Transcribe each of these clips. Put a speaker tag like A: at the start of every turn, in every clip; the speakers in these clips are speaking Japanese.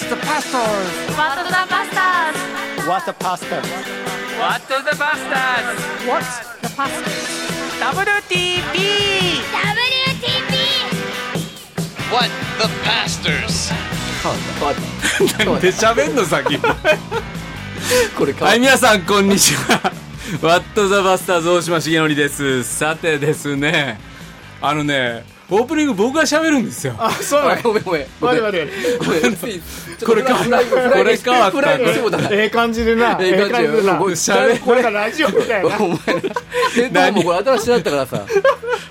A: Pastors!
B: What the Bastards!
A: What the pastors?
C: What the Bastards
A: What the pastors?
C: WTP
B: WTP!
D: What the pastors?
A: 変わった。変わった。
E: で喋んの先
A: これ変わ
E: は
A: っ
E: い皆さんこんにちは What the Busters 大島重則ですさてですねあのねオープニング僕が喋るんですよ
A: た。あ、そうなのごめんごめん。ごめん
F: 我々
A: ごめんつい
E: これ変わっ
A: フライフライ
E: これ変わった
A: フライしてもだな。
F: ええ感じでな。
A: ええ感じで
F: な。
A: うん
E: 喋る
F: これがラジオみたい
A: お
F: な。
A: 前、えどうもこれ新しいだったからさ。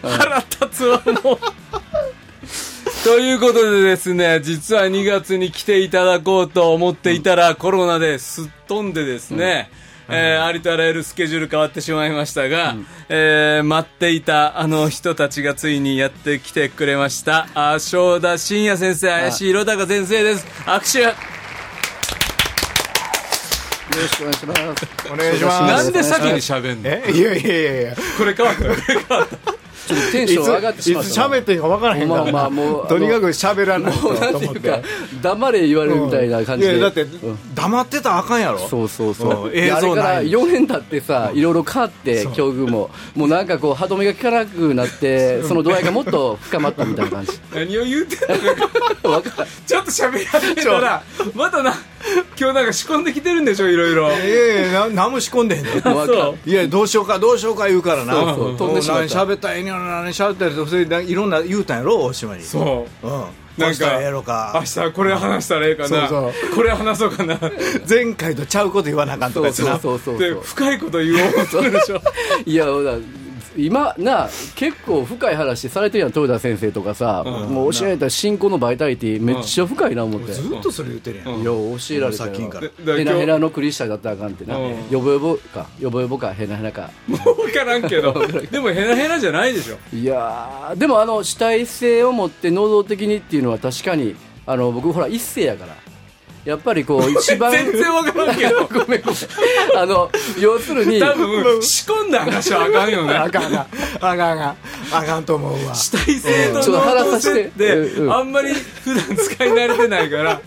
E: 腹立つわもうということでですね実は2月に来ていただこうと思っていたら、コロナですっ飛んでですね、えーありとあらゆるスケジュール変わってしまいましたが、えー待っていたあの人たちがついにやってきてくれましたあ正田真也先生林弘隆先生です握手
A: よろしくお願いします。
F: お願いしま
E: な
F: す
E: ん。で先に喋んの
F: えいやいやいやいや。
E: これ変わった
A: ちょっとテンション上がってしま
F: い
A: っ
F: つ
A: たな。
F: 喋っていいか分からへんから。
A: まあまあもう
F: とにかく喋らないと
A: なん
F: と
A: てい
F: 思っ
A: う
F: て
A: か。、黙れ言われるみたいな感じ
F: い
A: で。
F: やだって
A: うん
F: 黙ってたらあかんやろ。
A: そうそうそうう。
F: ん
A: で
F: 映
A: あれ
F: 像
A: か
F: な
A: ら
F: い
A: 4年経ってさ、いろいろ変わって、境遇も。もうなんかこう、歯止めが効かなくなって、その度合いがもっと深まったみたいな感じ。
E: 何を言うてんのか
A: わかる
E: ちょっと喋り始めたらまたな今日なんか仕込んできてるんでしょいろいろ
F: いやいやな何も仕込んでへんねん。
A: わかる
F: いやどうしようかどうしようか言うからな
A: そうそう
F: うん
A: 飛んでしまった
F: 何喋ったらええんやろ何喋ったらええんやろそれでいろんな言うたんやろ大島にう、
E: そう
F: うん、な
E: な
F: んん
E: か
F: かええの
E: 明
F: か
E: 日これ話したらええかな
F: そう
E: これ話そうかなで
F: 前回とちゃうこと言わなあかんと
A: そう
F: か言
A: そう
F: って
A: そうそうそう。
E: 深いこと言おうとするでしょ
A: いやほら今な結構深い話されてるやん豊田先生とかさ、もう教えられた信仰のバイタリティめっちゃ深いな思って、
F: なずっとそれ言ってるや
A: い
F: ん、
A: や教えられた
F: さっきん
A: よ
F: から
E: で
A: ヘナ
E: 今日
A: ヘナのクリスチャンだったらあかんってな、
E: うん
A: ヨボヨボかヨボヨボかヘナヘナか
E: もう分からんけどでもヘラヘラじゃないでしょ
A: いやーでもあの主体性を持って能動的にっていうのは確かにあの僕ほら一世やからやっぱりこう一番
E: 全然分からんけど
A: ごめんごめんあの要するに
E: 多分仕込んだ話はあかんよ
F: あ
E: ね
F: かんあかんあかんあかんあかんと思うわ
E: 主体性と
A: ちょっと腹
E: 能動
A: 立
E: 性
A: て
E: って
A: うんうん
E: あんまり普段使い慣れてない から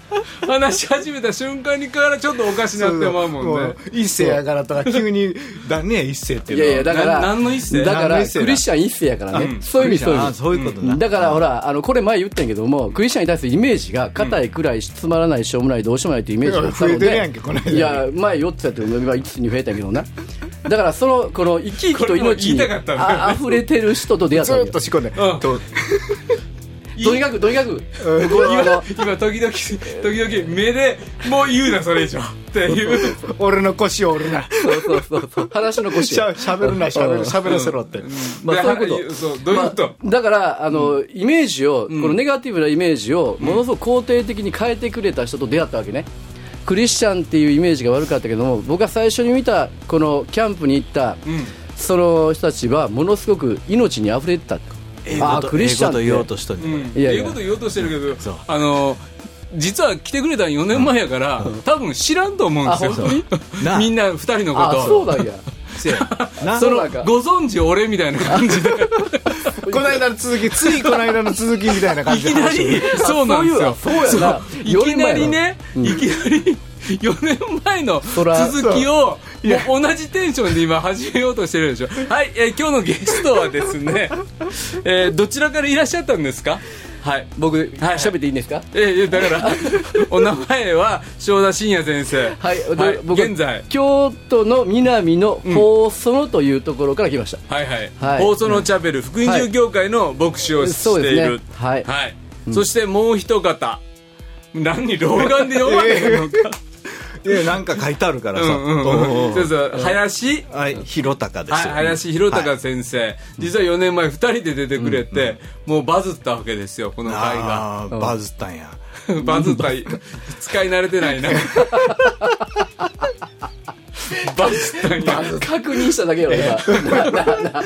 E: 話し始めた瞬間にからちょっとおかしなってまうもんね
F: う一世やからとか急にだね一世って
A: い
F: いうの
A: や
F: はい
A: やだか
E: な
A: ら
E: 何の一世
A: だか
F: 何の
A: ら
F: 一世だ
A: クリスチャン一世やからね、そういう意味そういう意
F: あ
A: 味
F: そういうことな、
A: だからほら、あのこれ前言ったんやけども、クリスチャンに対するイメージが、硬い、暗い、つまらない、しょうもない、どうしようもないというイメージがあったの
F: 増えてるやんけこの
A: で、
F: 間
A: いや、前4つやって、今5つに増えたんやけどな、だからその、この生き生きと命
E: こ
A: に
E: れも言いたかったんだよね
A: あ溢れてる人と出会った
F: ず
A: ん
F: ー
A: よ
F: っと仕込んで、
E: うん
F: と
A: とにかく、とにかく、このあの
E: 今時々時々目でもう言うなそれ以上っていう
F: 俺の腰を折るな
A: そうそうそうそう、話の腰
F: しゃ
A: や。
F: しゃべるなしゃべ
A: うん
F: るしゃべらせろって、
A: まあ、
E: で
A: そういうこと。
E: そうどういうこと、
A: まあだから、あの、イメージを、このネガティブなイメージを、ものすごく肯定的に変えてくれた人と出会ったわけね。クリスチャンっていうイメージが悪かったけども、僕が最初に見た、このキャンプに行った、その人たちは、ものすごく命に溢れてた。ああ、クリスチャンって。
F: しとる
E: うん、
A: いやいや
E: っていうこと言おうとしてるけどあの実は来てくれた4年前やから多分知らんと思うんですよ
A: あ本
F: な
E: みんな2人の
A: あ、
E: こ
A: そうなんや。
F: な
A: そ
F: こ
A: の
E: とご存知俺みたいな感じで
F: の間の続きついこの間の続きみたいな感
E: い
F: じ
E: き
F: で
E: なりそうなんですよ
A: そうやな。
E: いきなりね、いきなり4年前の
A: ら
E: 続きをもう同じテンションで今始めようとしてるでしょはい、えー今日のゲストはですね、えーどちらからいらっしゃったんですかはい
A: 僕、喋っていいんですか
E: えー、だから お名前は正田真也先生
A: はい、で僕は
E: 現在
A: 京都の南の放送というところから来ました。
E: はいはい、
A: はい
E: 放送のチャペル福音住教会の牧師を
A: そ
E: し
A: う
E: て
A: で
E: い
A: す
E: る、
A: ね。はい。
E: はい、そしてもう一方何老眼で読まれるのか、
F: いやなんか書いてあるからさ、
E: うんうんうん、そうそう林
F: はい弘隆です、
E: はい、林弘隆先生、実は4年前2人で出てくれて、もうバズったわけですよこの回が
F: あーバズったんや
E: バズった使い慣れてない なバズったんや
A: 確認しただけよ、今。ななな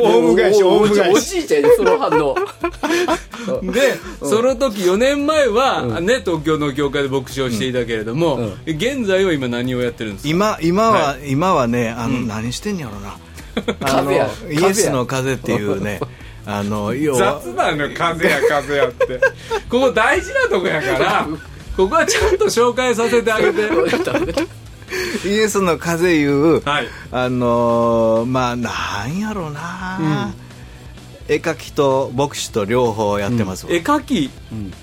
F: おオウム返し
A: お
F: オ
A: お
F: ウム返
A: お
F: し
A: じいちゃんやその反応。
E: で、その時4年前は、ね、東京の業界で牧師をしていたけれども、現在は今何をやってるんですか
F: 今今は、今はねあの、何してんやろなあの
A: 風や
F: イエスの風っていう ねあの要は
E: 雑なのよ風や風やってここ大事なとこやからここはちゃんと紹介させてあげて。
F: イエスの風いう、
E: はい
F: あのーまあなんやろうな、絵描きと牧師と両方やってますわ、
E: 絵描き、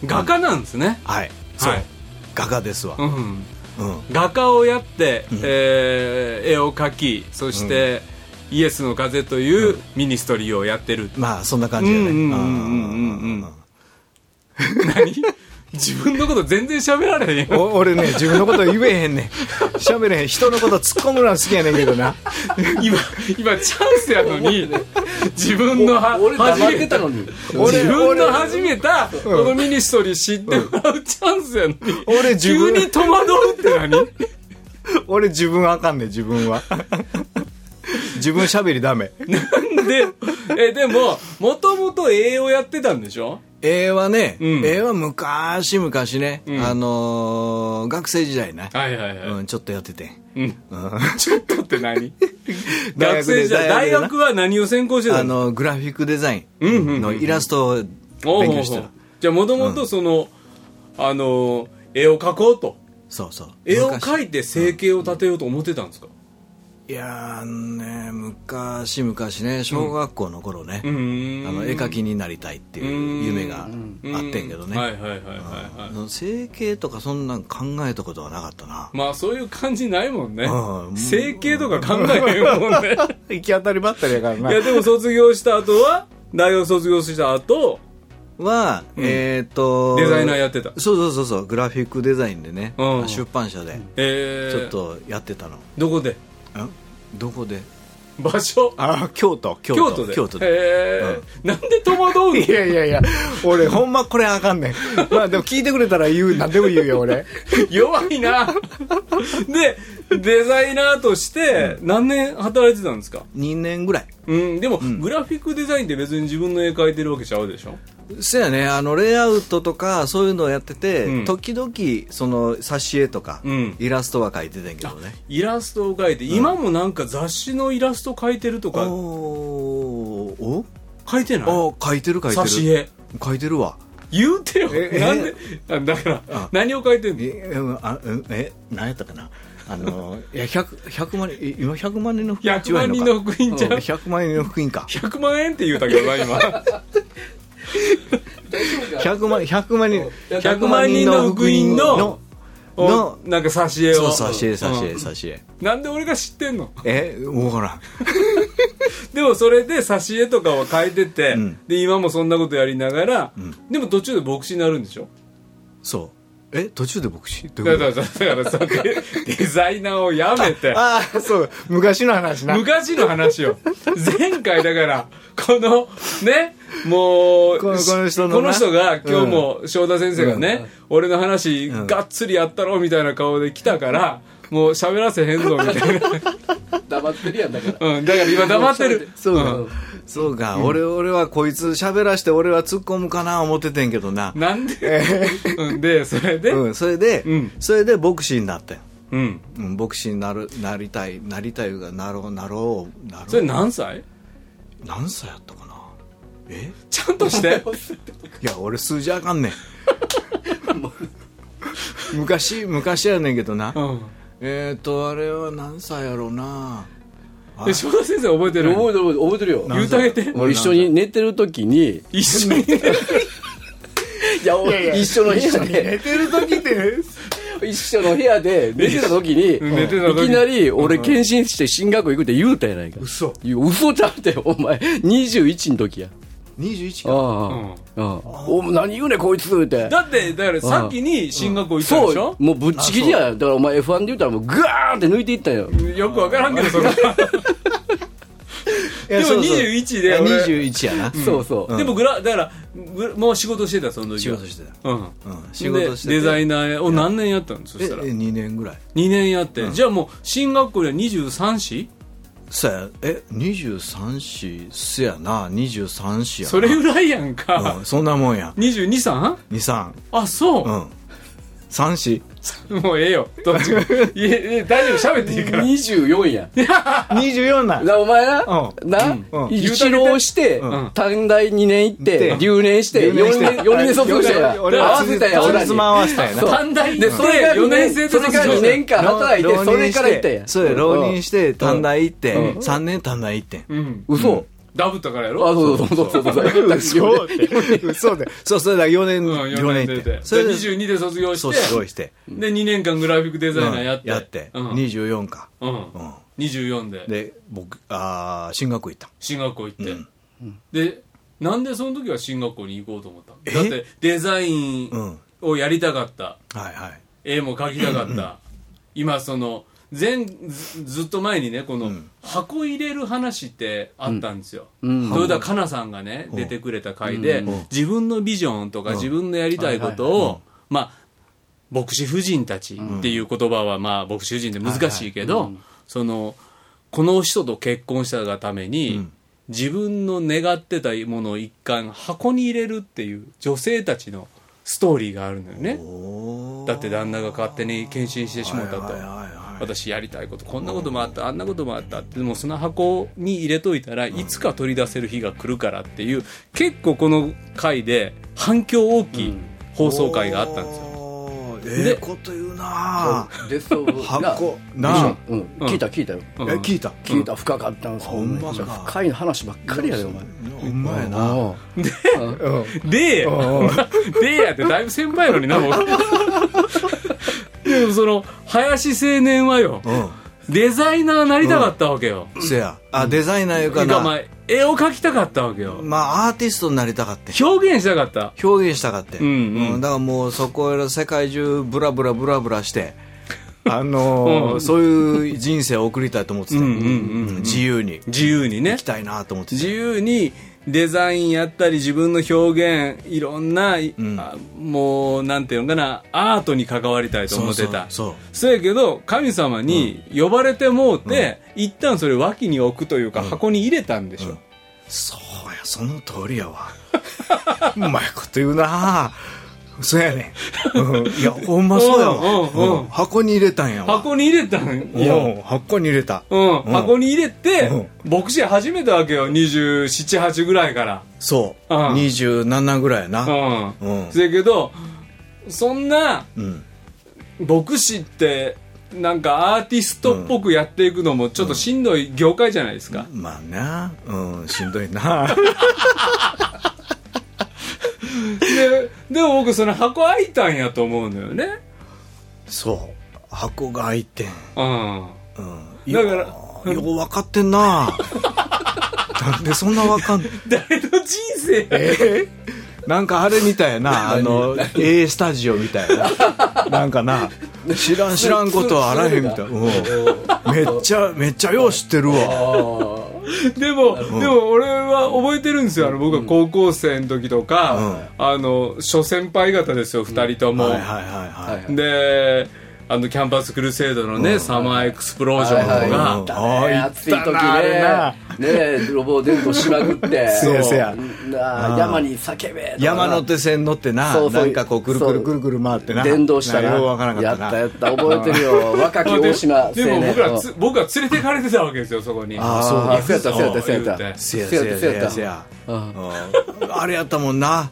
E: 画家なんですね。
F: はいそう、
E: はい
F: 画家ですわ、
E: うん。
F: うん
E: 画家をやって、えー絵を描き、そして、イエスの風というミニストリーをやってる。
F: まあそんな感じだね
E: うんうんうんうんうん
F: うん
E: 何 自分のこと全然喋られへんよ。
F: お俺ね自分のこと言えへ んねん喋れへん人のこと突っ込むのは好きやねんけどな
E: 今、今チャンスやのに、自分のは
A: 俺
E: 初
A: 黙っ
E: め
A: てたのに
E: 自分の始めたこのミニストリー知ってもらうチャンスやのに
F: 俺自
E: 急
F: 分
E: に戸惑うって何
F: 俺自分あかんねん自分 は自分喋りダメ
E: でえでももともと栄養やってたんでしょ
F: 絵はね、
E: うん
F: 絵は昔々ね、
E: ん
F: あのー学生時代ね、
E: はいはいい、
F: うん、ちょっとやってて
E: うん、ちょっとって何
F: 大学で
E: 学生時代
F: 大
E: 大
F: 学でな
E: 学は何を専攻してた
F: あ
E: の
F: のグラフィックデザイ
E: うんうんう
F: ン
E: ん
F: のイラストを勉
E: おうおうお
F: 強
E: う
F: してた
E: じゃあもともとその、あの絵を描こうと
F: そうそう
E: 絵を
F: 昔
E: 描いて生計を立てようと思ってたんですか
F: いやーね昔昔ね小学校の頃ね、
E: ん
F: あの絵描きになりたいっていう夢があってんけどね、
E: はいはいはいはいはい
F: あの整形とかそんなん考えたことはなかった な
E: まあそういう感じないもんね
F: う。ん
E: 整形とか考えへんもん ね。
F: 行き当たりばったりやから
E: いやでも卒業した後は、大学卒業した後、
F: は、えっ、と
E: デザイナーやってた
F: そうそうそうそうグラフィックデザインでね、
E: うん
F: 出版社で
E: えー、
F: ちょっ。とやってたの、
E: どこで
F: んどこで
E: 場所
F: あ京都京
E: 京都で。
F: 京都で
E: えーなんで戸惑うの
F: いやいやいや 俺ほんまこれあかんねん まあでも聞いてくれたら言う何でも言うよ俺
E: 弱いな。で、デザイナーとして何年働いてたんですか
F: 2年ぐらい
E: うん、でも、グラフィックデザインって別に自分の絵描いてるわけちゃうでしょ
F: そうやねあのレイアウトとかそういうのをやってて、
E: うん
F: 時々その挿絵とか、
E: うん
F: イラストは描いてたんやけどね
E: イラストを描いて、今もなんか雑誌のイラスト描いてると
F: おー
E: か、
F: お
E: 描いてない
F: あ書いてる書いてる
E: 挿絵。
F: 書いてるわ
E: 言うてよ
F: ええ
E: なんであだから何を書いてんの
F: えうんあうんえ何やったかなあのいや 100, 100万人え今100万人の福音
E: 100万人の福音ちゃん
F: 100万人の福音か
E: 100万円って言うたけどな今
F: 100万100万人
E: 100万人の福音の
F: の
E: お
F: の
E: なんか挿絵
F: そう
E: を
F: 挿絵挿絵
E: うん
F: 挿絵
E: なんで俺が知ってんの
F: え分からん
E: でもそれで挿絵とかは書いてて、
F: うん
E: で今もそんなことやりながら、でも途中で牧師になるんでしょ
F: そうえ途中で牧師どうい
E: だ
F: う
E: か
F: こ
E: らだからさデデザイナーをやめて
F: とああそう昔の話な
E: 昔の話を前回だからこのねもう
F: このこの人のな
E: こ人が今日も正田先生がね、俺の話
F: ん
E: がっつりやったろみたいな顔で来たから、もう喋らせへんぞみたい な、
A: 黙ってるやんだから
E: うん、だから今黙ってる
F: そうか、そうか、俺俺はこいつ喋らして俺は突っ込むかな思っててんけどな、
E: なんで、 うん、でそれで、
F: うん、それで、
E: うん
F: それで牧師になったよ
E: うん、
F: うん、牧師になるなりたいなりたいがなろうなろうなろう
E: それ何歳
F: 何歳やったかなえ
E: ちゃんとして
F: いや俺数字あか んねん昔昔やねんけどな、
E: うん
F: えっ、ー、とあれは何歳やろうな
E: で正田先生覚えてる
A: 覚えてる覚えてるよ
E: 言うてあげて
A: 俺一緒に寝てる時に
E: 一緒に
A: いや一緒の部屋で
F: てる時って
A: 一緒の部屋で寝てた時に
E: うん寝てた時
A: いきなり俺献身して進学校行くって言うたやないか
F: 嘘
A: いや嘘ちゃうてお前21の時や
F: 21か
A: ああ、うん、お何言うねこいつって
E: だってだからさっきに進学校行ったでし
A: そ
E: ょ
A: うもうぶっちぎりやだからお前 F1 で言うたらもうグワーンって抜いていったんよ
E: よくわからんけど それ
F: で
E: でも21で俺
F: 21やな、
A: そうそう、
E: でもグラだからグラもう仕事してたその時
F: 仕
E: は
F: 事してた、
E: うん
F: うん、仕事してて
E: でデザイナーを何年やったのそしたら
F: ええ2年ぐらい
E: 2年やって、じゃあもう進学校では23子
F: そやえ23子すやな23子やな
E: それぐらいやん
F: う
E: か
F: ん、そんなもんや
E: 2 2 3
F: 23
E: あそう、
F: うん3子
E: もうええよどっちかいえいえ大丈夫喋っていいから
A: 24やん
F: 24なん
A: なお前な、
F: う
A: な、
F: うん
A: 一浪して、
E: ん
A: 短大2年行っ
F: で
A: て、留年して、
F: 留年し
A: 4
F: て
A: 年、四年卒業したやん。合
F: 俺は
A: わせたやん、
F: つ
A: 俺ら
F: つ
A: に。
F: ま合わせたんや
A: そう
F: な
E: 短大
A: で、それが4
E: 4年
A: 年
E: 生
A: 生
E: と
A: と
E: して
A: それから2年間働いて、
F: 浪
A: それから行ったやん。
F: そうや浪人
A: て。
F: して短大行って
A: うん
F: 3年短大行ってん
E: うん
A: 嘘
E: ダブったからや
A: あ、
E: ろ
A: そうそうそうそうそう。
F: そうでそうでそうそれだ4年
E: うん
F: 4
E: 4
F: 年行
E: 年出
F: って
E: て
F: それ
E: で
F: で
E: 22で卒業
F: そう
E: して
F: すごいして
E: で2年間グラフィックデザイナーやって、
F: うんやって
E: うん
F: 24か
E: うん
F: うん
E: 24で
F: で僕あー進学行った
E: 進学校行って、
F: うん
E: でなんでその時は進学校に行こうと思ったの
F: え
E: だってデザイン
F: うん
E: をやりたかった、
F: はいはい
E: 絵も描きたかった今その前ずずっと前にねこの
F: ん
E: 箱入れる話ってあったんですよ、
A: うん
E: 豊田香奈さんがね
F: ん
E: 出てくれた回で、
A: うん
E: 自分のビジョンとか
F: うん
E: 自分のやりたいこと
F: はいはいはい
E: をまあ牧師夫人たちっていう言葉はまあ牧師夫人で難しいけど、そのこの人と結婚したがために、
F: うん
E: 自分の願ってたものを一貫箱に入れるっていう女性たちのストーリーがあるのよね。
F: おー
E: だって旦那が勝手に献身してしまった
F: はい
E: と
F: はいはいはい
E: 私やりたいことこんなこともあったあんなこともあったってでもその箱に入れといたらいつか取り出せる日が来るからっていう結構この回で反響大きい放送回があったんですよ、
F: おーええこと言うなぁ
A: で、そう。
F: 箱
A: な
F: なあ
A: うん。聞いた、聞いたよ。
E: うん
F: え聞いた
A: 聞いた、深かったんですよ
F: ほんまか
A: 深い話ばっかりやで、お前。
F: うまいな
A: あ
E: で、でやってだいぶ先輩やのに な僕でもその林青年はよ
F: う
E: デザイナーなりたかったわけよ、
F: んせやあデザイナーいう
E: て
F: か
E: かま
F: な
E: あ絵を描きたかったわけよ
F: まあアーティストになりたかって
E: 表現したかった
F: 表現したかって、
E: うんうん
F: だからもうそこら世界中ブラブラブラブラしてあのー
E: うん
F: そういう人生を送りたいと思ってた、
E: うんうんうん
F: 自由に
E: 自由にね
F: 生きたいなと思って
E: 自由にデザインやったり自分の表現いろんな、い
F: ん
E: あもうなんていうのかなアートに関わりたいと思ってた
F: そうそうそう
E: やけど神様に呼ばれてもうて、一旦それ脇に置くというか、箱に入れたんでしょ、
F: うんそうやその通りやわ うまいこと言うなそうやねん、うんいやほんまそうやわ、
E: うんうんうん
F: うん箱に入れたんやわ
E: 箱に入れたん
F: い
E: よ、
F: 箱に入れた、
E: うん
F: うん
E: 箱に入れて、
F: う
E: 牧師始めたわけよ278ぐらいから
F: そう、
E: うん
F: 27ぐらいやな、
E: う
F: うん
E: んそやけどそんな
F: うん
E: 牧師ってなんかアーティストっぽくやっていくのもちょっとしんどい業界じゃないですか、
F: まあなうんしんどいな
E: ででも僕その箱開いたんやと思うのよね
F: そう箱が開いてん
E: うん
F: うん、
E: だから
F: ようよう分かってん ななんでそんな分かん
E: 誰の人生や
F: なんかあれみたいなあの A スタジオみたいななんかな知らん知らんことはあらへんみたいな、 うんめっちゃめっちゃよう知ってるわ
E: でも、でも俺は覚えてるんですよあの僕は高校生の時とか、あの諸先輩方ですよ2人とも、
F: はいはいはいはい
E: であのキャンパスクルセイドのね、サマーエクスプロージョンとか、
A: はいはい
F: うん
A: あ
F: あ
A: ね
F: あ
A: 暑い時
F: あれな
A: ねねロボ電動しまく って
F: せやせや
A: うんなあ山に叫べとか
F: 山手線乗ってな
A: そうそう
F: なんかこうくるくるくるくる回ってな
A: 電動したら
F: なんかよう分からんか
A: や
F: っ
A: ったた
F: な
A: やった覚えてる よ若き
E: まあ
A: 大
E: で
A: 島青
E: でも
A: 年
E: 僕らつ僕は連れてかれてたわけですよそこに
F: あ
A: そう
F: あ
A: あそうやったそうやったそうやっ
E: 言う
A: た
E: て
F: せやせやせやせ
A: や
F: やうんあれやったもんな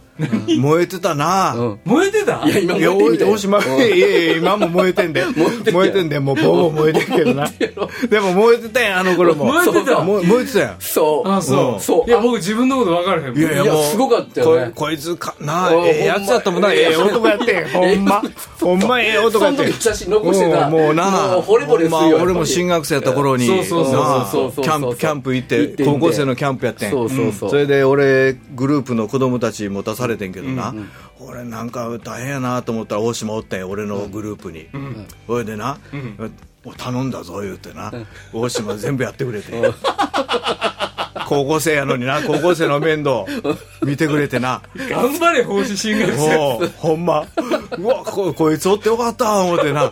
F: 燃えてたな、
A: うん
E: 燃えてた
A: いや今
F: いや、
A: 燃えてみ
F: 大
A: た
F: 大島、いやいや、今も燃えてんで。燃
A: えてるやん
F: えてんで、もうボーボー燃えてるけどな。でも燃えてたやん、あの頃も。
E: 燃え
F: そ
E: てた
F: う燃燃えてたやん。
A: そう
E: あそう、
A: んそう
E: いや僕自分のこと分からへん
F: いやいや、
A: いや
F: もう。
A: すごかったよね
F: ここいつか、なあ、
A: おい
F: ええやつだったもんな。
A: ほんま
F: ええ男やってん。ほんま。ほんまええ男
A: そ
F: やっ
A: の
F: てん。
A: 時写真残して
F: う
A: た
F: んもうな
A: もう惚れ惚れするよやっ
F: ほんま
A: ぱり
F: 俺も進学生やった頃に
E: そうそうそうそう
F: なあキ
A: そうそうそう
F: ャンプキャンプ行っ
A: 行って
F: て
A: 行っ
F: 高
A: て
F: 校生のキャンプやってん
A: そうそうそうん
F: それで俺グループの子供たち持たされてんけどな俺なんか大変やなと思ったら大島おったんや俺のグループにそれでな頼んだぞ言うてな大島全部やってくれて高校生やのにな高校生の面倒見てくれてな
E: 頑張れ奉仕進学生
F: もうほんまうわここいつおってよかった思ってな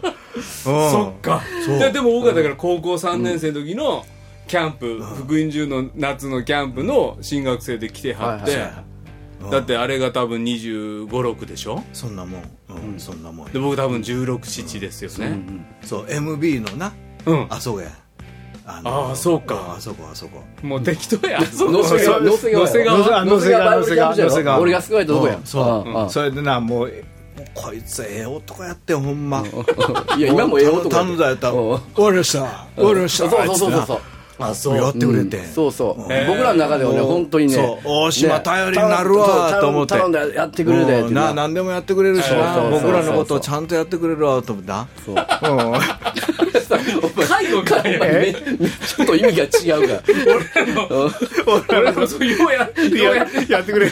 F: そ
E: そっか
F: そう
E: いやでも僕はだから高校3年生の時のキャンプ、福音中の夏のキャンプの進学生で来てはって、
A: はいは
E: だってあれが多分2 5 6でしょ
F: そんなもん、うんそんなもん
E: で僕多分1 6 7ですよね
F: そう MB のな
E: うん
F: あそこやあ
E: あーそうか
F: あそこあそこ
E: もう適当やあそこ
A: 能勢川能勢川
E: 能
G: 能勢
E: 勢川
G: 川
A: 能勢川バイブルキャンプじゃろ
G: 能勢川
A: 俺がすごいとこや
F: うん
A: ああああ
G: それでなもう
F: こいつええ男やってほんま
A: いや今もええ男
F: 頼んだやった
A: うん
G: 「俺さ
A: う
G: 俺
A: ん
G: さ
A: そう」そうそう
G: あ
A: そう
G: いつな
A: そう
F: あそうやってくれて
A: うんそうそう僕
E: へー
A: らの中ではね
F: もう
A: 本当にね
F: そう大島
A: ね
F: 頼りになるわと思って
A: 頼んだやってくれるでって
F: う
A: い
F: ん
A: う
F: な 何でもやってくれるしな
A: そうそうそうそう
F: 僕らのことをちゃんとやってくれるわと思ってな
A: そう
E: 介護かよ
A: め ちょっと意味が違うから
E: 俺こそようやよう
G: いや
E: や
G: やってくれ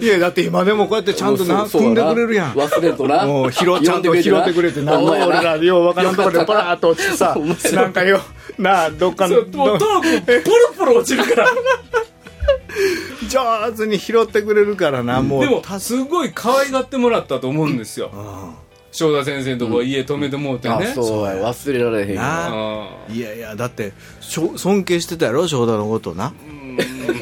G: いやだって今でもこうやってちゃんとな
A: そう
G: 組
A: そうん
G: で
A: やな
G: くれるやん
A: 忘れんとな
G: もう拾ちゃんと
A: 呼で
G: 拾
A: な
G: ってくれてな
A: ほん
G: もう
A: まやな
G: 俺らようわからんとこでパラーっと落ちてさ
A: よかったな
G: なんかよなあどっか
E: そ
G: の
E: うもうトークポロポロ落ちるから
G: 上手に拾ってくれるからなも
E: で
G: う
E: もすごい可愛がってもらったと思うんですよ翔太先生のとこは家泊めてもうて
A: あ
E: ね
A: そうや忘れられへんよ
F: な
E: あ
F: いやいやだってしょ尊敬してたやろ翔太のことな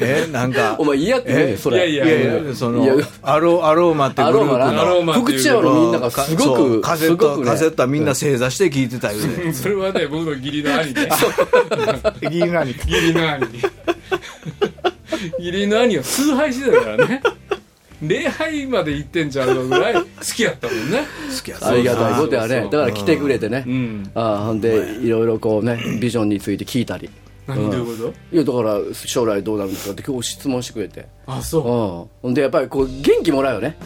F: えなんか
A: お前嫌ってね
F: え
A: それ
E: いや
F: いやいやその
A: いや
F: アロアローマってグ
A: ア
F: ル
A: ローマ
F: ープ
E: ア
A: な
E: ローマっていう
A: 福知山のみんながすご
F: そう
A: く
F: カセ
A: す
F: ッ
A: ご
F: ト
A: く
F: カセッ
A: ね
F: トはみんな正座して聞いてたよね
E: ーそれはね僕の義理の兄ね
G: いいなに
E: 義理の兄 に義理の兄は崇拝してたからね礼拝まで行ってんちゃうのぐらい好きやったもんね
F: 好きや
A: ありがたいことや
E: そう
A: ね
E: そう
A: だから来てくれてね
E: うん
A: ああほんでいろいろこうねビジョンについて聞いたり
E: 何どういうこ
A: いやだから将来どうなるんですかって今日質問してくれて
E: とあ
A: うん
E: そ
A: ほんでやっぱりこう元気もらうよね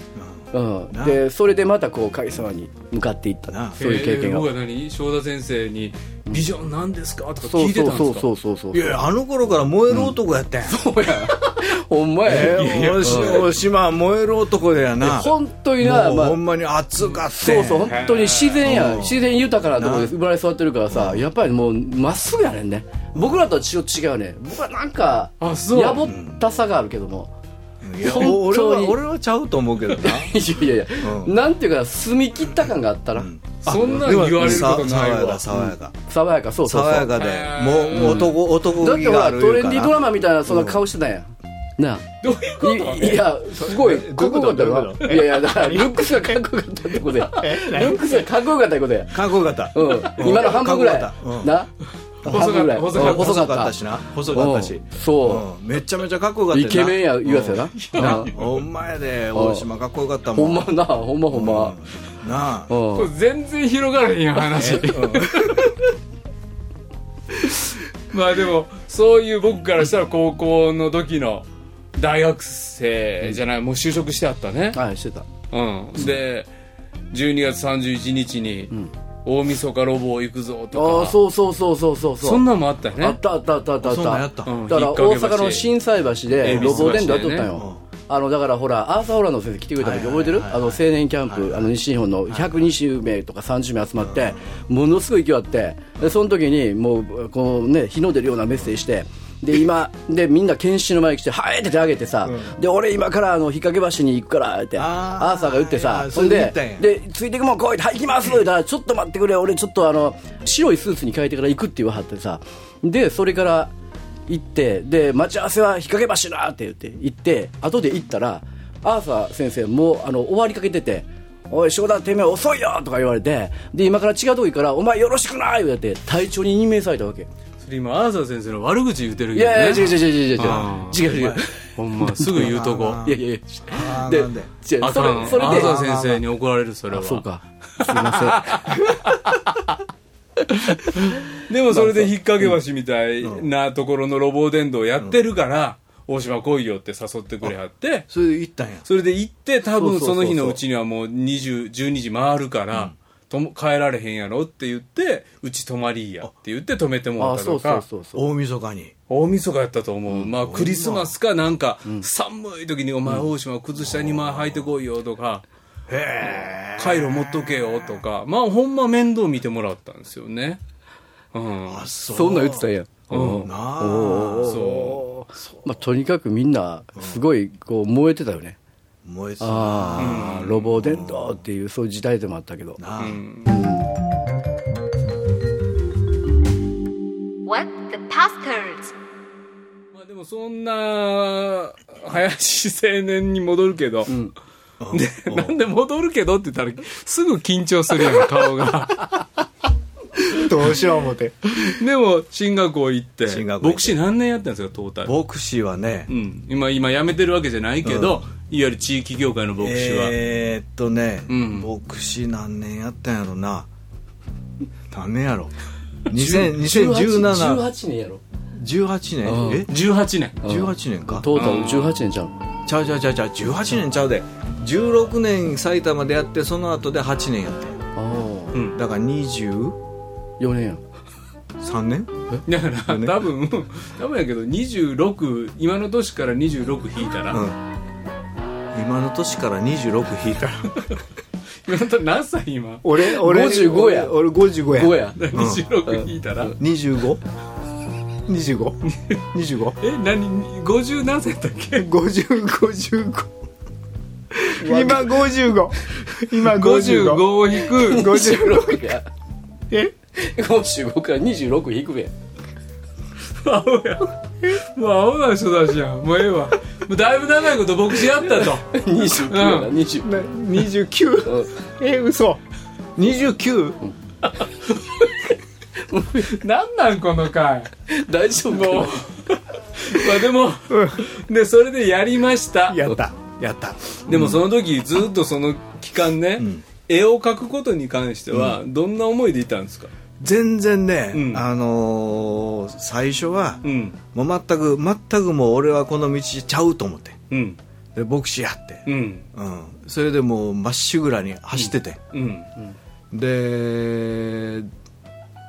A: うんでそれでまたこう神様に向かっていった
F: な
E: う
A: そういう経験
E: えー
A: が
E: 僕は何翔太先生に「ビジョンなんですか?」とか
A: そ
E: 聞
A: う
E: いて
A: そ
E: た
A: うんそう
E: ですか
A: そうそうそう
F: いやいやあの頃から燃える男やったやん
A: ほんまやね
F: え大島大島は燃える男だよな
A: 本当にな
F: もう
A: まあ
F: ほんまに熱かって
A: そうそう、本当に自然や、自然豊かなところで
F: な
A: 生まれ育ってるからさ、やっぱりもう、まっすぐやねんね。僕らとはちょっと違うね。僕はなんか、
E: あそう
A: やぼったさがあるけども。
F: いや
A: 本当に
F: 俺は俺はちゃうと思うけどな
A: いやいやいや、
F: うん
A: なんていうか、澄み切った感があったら、
E: そんなん言われるこ
F: さ
E: とない
F: 爽や
E: わ
F: か爽やか
A: 爽やか、そうそう
F: 爽
A: そう。
F: や
A: だ
F: か
E: へー
F: でもう男男
A: っ
F: 気
A: てほ
F: があ
A: ら、
F: る
A: トレンディードラ
F: マ
A: マみたいな、そんな顔してたやん。なあ。
E: どういうこと
A: いいや、すごい、かっこよかっ
G: ど
A: た
G: ういう
A: よ
G: こ
A: な。いやいや、だから、ルックスがかっこよかったってことや。ルックスがかっこよかったってことや。
F: かっこよかった
A: うん。今の半分ぐらい
F: かっこよかっ。た
A: な半分ぐらい。
E: 細かった
A: うん
F: 細かったしな細かったし
A: うんそ
F: うんめちゃめちゃかっこよか
A: う。
F: ったよ
A: イケ
F: な
A: メンや言わせやな。うん
F: うんほんまやで大島かっこよかった
A: ほ
F: も
A: ん
F: ん
A: まな、ほんまほんま。
F: なあ
A: うん
E: これ全然広がらへんやん話 まあでもそういう僕からしたら高校の時の大学生じゃないもう就職してあったね
A: はい、してた。
E: うん、で12月31日に大晦日ロボ行くぞとか、
A: ああ、そうそうそうそうそう。
E: そんなんもあったよね
A: あったあったあったあったあっ
F: そんなんやった
A: た。
E: うん
A: だから
E: 引っ掛
A: 大
E: け橋
A: 阪の心斎橋で
E: 恵比寿
A: ロボ伝道やっ
E: 橋
A: と
E: で
A: っ
E: ね
A: たんよ。あのだからほら、アーサー・ホラーの先生来てくれた時覚えてるあの青年キャンプ、あの西日本の120名とか30名集まって、ものすごい勢いあって、でその時にもう、こうね、火の出るようなメッセージして、で今でみんな研修の前に来て、はいって手挙げてさ、で俺、今からあの引っ掛け橋に行くからって、
F: あー
A: アーサーが言ってさ
F: あ、
A: そ
F: ー
A: ん
F: それで行
A: で
F: ったんや、
A: でついてくもん来いって、はい、行きますって言ったら、ちょっと待ってくれ、俺、ちょっとあの白いスーツに変えてから行くって言わはってさ、でそれから行って、で待ち合わせは引っ掛け橋だって言って、行って、後で行ったら、アーサー先生、もうあの終わりかけてて、おい、仕事だ、てめえ遅いよとか言われて、で今から違うとこ行くから、お前よろしくな言われて、隊長に任命されたわけ。
E: それ今アーサー先生の悪口言うてる
A: い
E: けどね
A: やいや、違う違う違う違う違う
E: あ
A: 違う違う。
E: ほんますぐ言うとこ
F: あ
A: いやいやいや、で、違
F: あなんで
A: う
E: あ
A: そ
E: かん
A: れそれ
E: ア
A: で
E: ーサ、ー先生に怒られるそれは
A: そうか、すいません。
E: でもそれで引っ掛け橋みたいなところのロボ伝道やってるから、大島来いよって誘ってくれはって
F: それで行ったんや
E: それで行って多
A: そ
E: 分
A: うそうそ
E: そ
A: そう
E: うの日のうちにはもう20 12時回るから、とも帰られへんやろって言ってうち泊まりやって言って泊めても
A: あ
E: らった
A: そ
E: と
A: うそ
E: か
A: うそうそう
F: 大晦日に
E: 大晦日やったと思う、まあクリスマスかなんか、寒い時に「お前大島靴下2枚履いてこいよ」とか「カイロ持っとけよ」とかまあほんま面倒見てもらったんですよねうん
F: あそ
A: そんなん言ってたんやうん
F: なあ
E: そ
A: まあとにかくみんなすごいこう燃えてたよね
F: 燃えてたな
A: ああロボ伝道っていうそういう時代でもあったけど
F: あ
B: What the pastors?
E: うまあでもそんな林青年に戻るけど、でなんで戻るけどって言ったらすぐ緊張するやん 顔が
G: どうしよう思って。
E: でも進学校行って
F: 進学校行って
E: 牧師何年やったんですかトータル、
F: 牧師はね
E: う、ん、今今辞めてるわけじゃないけど、いわゆる地域業界の牧師は、
F: えー、っとね、
E: うん
F: 牧師何年やったんやろな何年や ろ2000 2017
A: 18年やろ
F: 18
A: うん
F: 年え
E: 18年
F: 18年か
A: トータル18年じゃん
F: ちゃうちゃうちゃうちゃう18年ちゃうで16年埼玉でやってその後で8年やってん
A: ああ
F: だから23
A: 4年やん
F: 年
E: だから、多分多分やけど26今の年から26引いたら、
F: うん今の年から26引いたら
E: 今の年何歳今
G: 俺、俺、
A: 55や
G: 俺55や。
A: 5や
E: 26引いたら、
F: 25
G: 25?25?50、
E: え何50何歳だ っけ
G: 55。今55。今
E: 55
G: 55。
E: を 引く
A: 56や
G: え
A: 55から26引くべ
E: 青やもう青な人だしやんもうええわもうだいぶ長いこと牧師やったと
A: 29やな
E: う
A: 20
G: な ?29? え、嘘。29?
E: なんなんこの回
A: 大丈夫かな
E: まあでもでそれでやりました
G: やった。やった。
E: でもその時ずっとその期間ね、絵を描くことに関してはどんな思いでいたんですか
F: 全然ね、
E: うん
F: あのー最初は、
E: うん
F: もう全く全くもう俺はこの道ちゃうと思って
E: うん
F: で牧師やって、
E: うん
F: うん、それでもうまっしぐらに走ってて、
E: うん
F: で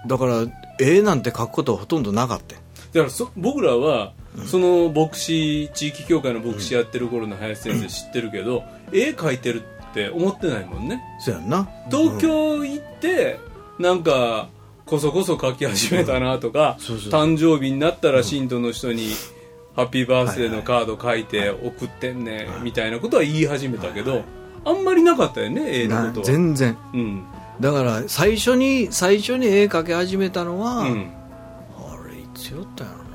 F: だから絵なんて描くことはほとんどなかった
E: だからそ僕らは、その牧師地域協会の牧師やってる頃の林先生知ってるけど、絵描いてるって思ってないもんね
F: そうやんな
E: 東京行って、なんかこそこそ描き始めたなとか、
F: そうそう
E: 誕生日になったら信徒の人に、ハッピーバースデーのカード書いて送ってんね、みたいなことは言い始めたけど、あんまりなかったよね絵の
F: な
E: ことは、
F: 全然
E: うん
F: だから最初に最初に絵描き始めたのは、
E: うん、
F: あれいつやったんやろな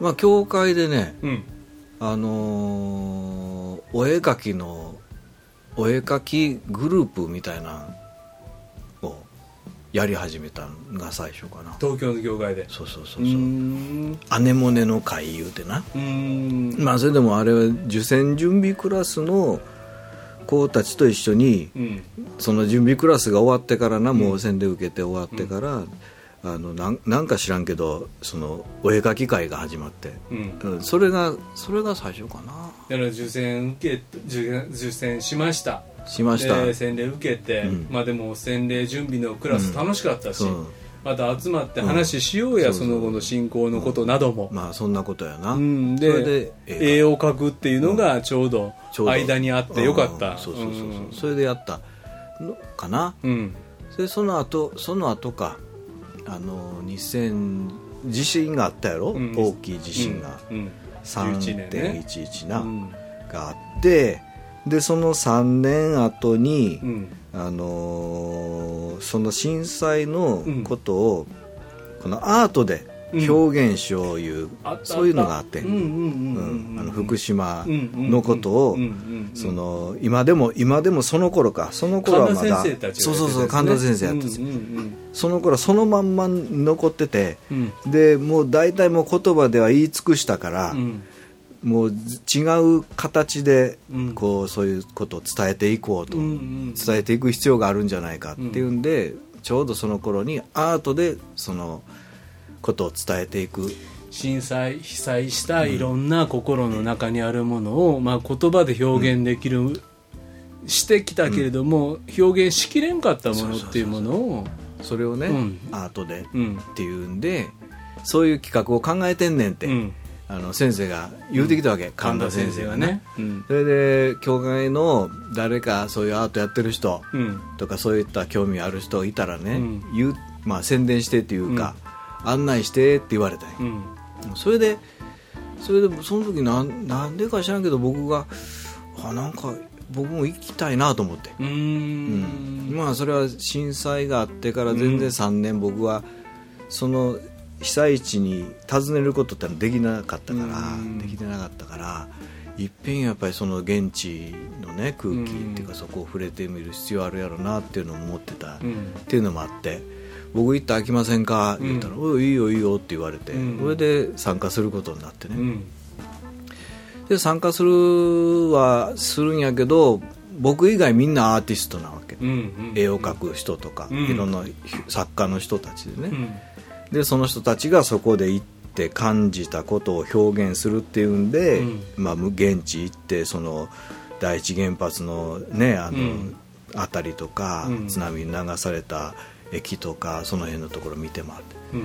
F: まあ教会でね
E: うん
F: あのーお絵描きのお絵描きグループみたいなのをやり始めたのが最初かな
E: 東京の業界で
F: そうそうそううそう、
E: ん
F: アネモネの会言うてな
E: うん
F: まあそれでもあれは受選準備クラスの子たちと一緒に
E: うん
F: その準備クラスが終わってからなもう宣で受けて終わってから、あのなんなんか知らんけどそのお絵描き会が始まって、
E: うん
F: うんそれがそれが最初かな
E: だから受選受け受験受選しました
F: しました、
E: で洗礼受けて、
F: ん
E: まあでも洗礼準備のクラス楽しかったし、
F: うん
E: また集まって話しようや、
F: うん
E: その後の進行のことなども、うん
F: まあそんなことやな、
E: で
F: それで
E: 絵
F: 絵
E: を描くっていうのがちょうど
F: ちょうど
E: 間にあってよかった、
F: うんそうそうそうそうそれでやったのかな
E: うんうん
F: それその後その後かあの2000地震があったやろ、
E: うん
F: 大きい地震が、
E: うん11年ね
F: 3.11な、
E: うん
F: があってでその3年後に、
E: うん
F: あのーその震災のことを、このアートで表現しよういう、
E: あった
F: そういうのがあって
E: うんうんんうん
F: うん
E: うん
F: あの福島
E: うんうんうん
F: のことを、
E: うんうんうん
F: その今でも今でもその頃かその頃はまだ
E: 神田先生たちがやってたやつね
F: そうそうそう神田先生やったんですよ
E: うんうん
F: その頃そのまんま残ってて、
E: うん
F: でもう大体もう言葉では言い尽くしたから、
E: うんうん
F: もう違う形で
E: うん
F: こうそういうことを伝えていこうと、
E: うんうん
F: 伝えていく必要があるんじゃないかっていうんで、ちょうどその頃にアートでそのことを伝えていく
E: 震災被災したいろんな心の中にあるものを、まあ、言葉で表現できる、してきたけれども、表現しきれんかったものっていうものを
F: それをね、
E: うん
F: アートで
E: う
F: っ
E: ん
F: ていうんでそういう企画を考えてんねんって、
E: うん
F: あの先生が言うてきたわけ、
E: 神
F: 神
E: 田
F: 田
E: 先
F: 先
E: 生
F: 生
E: が
F: が
E: ね
F: ね。
E: うん
F: それで教会の誰かそういうアートやってる人、
E: うん
F: とかそういった興味ある人いたらね、
E: うん
F: 言うまあ、宣伝してっていうか、案内してって言われたんや
E: うん
F: それでそれでその時なんなんでか知らんけど僕があなんか僕も行きたいなと思って、
E: うーん
F: まあそれは震災があってから全然3年僕はその被災地に訪ねることってのはできなかったからできてなかったからいっぺんやっぱりその現地のね空気っていうかそこを触れてみる必要あるやろなっていうのを思ってた、っていうのもあって僕行って飽きませんか言ったら「おいいいよいいよ」って言われて、それで参加することになってね、で参加するはするんやけど僕以外みんなアーティストなわけ、絵を描く人とか、いろんな作家の人たちでね、でその人たちがそこで行って感じたことを表現するっていうんで、まあ、現地行ってその第一原発のねあの、辺りとか、津波に流された駅とかその辺のところ見て回って。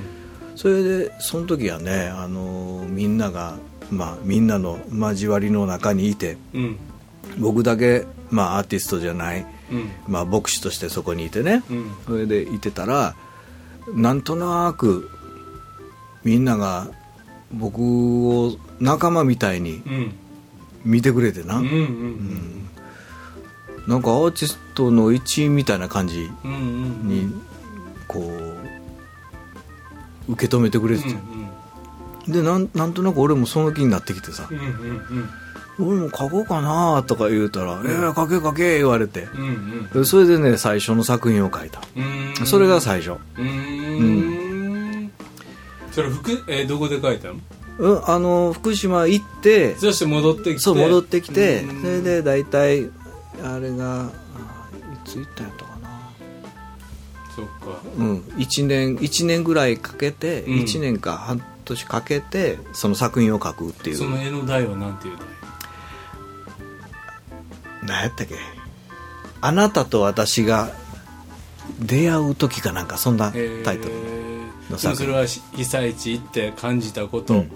F: それでその時はねあのみんなが、まあ、みんなの交わりの中にいて僕だけ、まあ、アーティストじゃない、まあ、牧師としてそこにいてね、それでいてたらなんとなくみんなが僕を仲間みたいに見てくれてな、なんかアーティストの一員みたいな感じにこう受け止めてくれてて、でなんなんとなく俺もその気になってきてさ、俺も書こうかなとか言うたら「えー、書け書け」言われて、それでね最初の作品を書いた、それが最初、
E: うんそれ服えーどこで書いたの
F: うん、あの福島行って
E: そして戻ってきて
F: そう戻ってきて
E: うん
F: それで大体あれがあいつ行ったんやったかな
E: そっか
F: うん、1年一年ぐらいかけて、
E: うん
F: 一1年か半年かけてその作品を書くってい
E: そうの絵の題はなんていう題
F: 何やったっけあなたと私が出会う時かなんかそんなタ
E: えー
F: イトル、の
E: でも
F: 作品
E: それは被災地行って感じたこと、
F: うん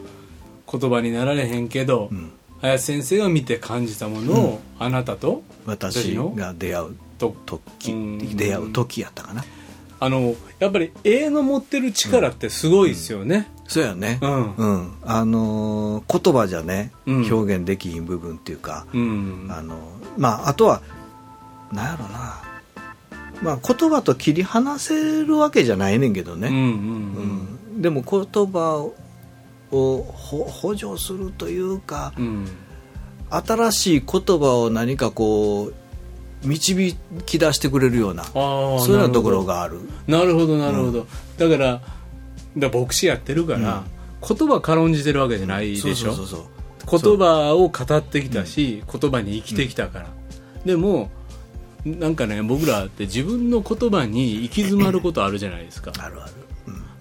E: 言葉になられへんけど、
F: ん
E: 林先生が見て感じたものを、あなたと
F: 私が出会う
E: と
F: 時
E: うん
F: 出会う時やったかな
E: あのやっぱり絵の持ってる力ってすごいですよね、
F: そうやね
E: うん
F: うんあのー言葉じゃね、
E: うん
F: 表現できひん部分っていうか、
E: うん
F: あのまああとはなんやろな、まあ、言葉と切り離せるわけじゃないねんけど
E: うんう
F: ね、
E: んうん
F: でも言葉をほ補助するというか、
E: うん
F: 新しい言葉を何かこう導き出してくれるような
E: あー
F: そういうようなところがある
E: なるほどなるほど、だからだから牧師やってるから、言葉軽んじてるわけじゃないでし
F: そ
E: ょ、
F: うそうそう
E: 言葉を語ってきたし、言葉に生きてきたから、でもなんかね僕らって自分の言葉に行き詰まることあるじゃないですか
F: あるある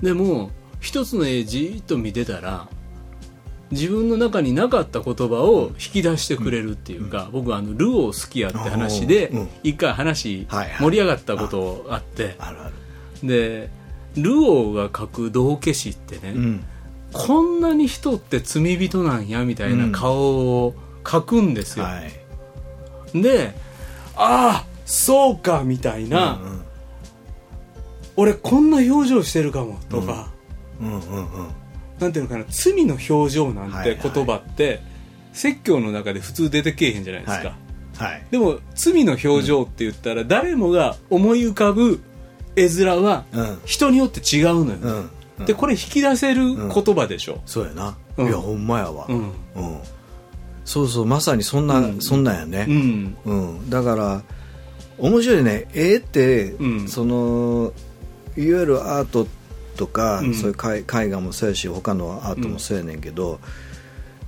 E: でも一つの絵じーっと見てたら自分の中になかった言葉を引き出してくれるっていうか、僕はあのルオー好きやって話で
F: おーうん
E: 一回話
F: はいはい
E: 盛り上がったことあって
F: あるある
E: でルオーが書く道化師ってね、
F: うん
E: こんなに人って罪人なんやみたいな顔を描くんですよ、
F: はい
E: でああそうかみたいな、俺こんな表情してるかもとか、
F: うんうんうん
E: なんていうのかな罪の表情なん
F: はいは
E: て
F: い
E: 言葉って説教の中で普通出てけえへんじゃないですか、
F: はいはい
E: でも罪の表情って言ったら誰もが思い浮かぶ絵面は
F: うん
E: 人によって違うのよ、
F: うんうん
E: でこれ引き出せる言葉でしょ、
F: そうやな、
E: うん
F: いやほんまやわ
E: う
F: うんん、そうそうまさにそんな、そんなんやね
E: うん
F: うん、だから面白いね絵って、
E: うん
F: そのいわゆるアートとか、
E: ん
F: そういう絵絵画もそうやし他のアートもそうやねんけど、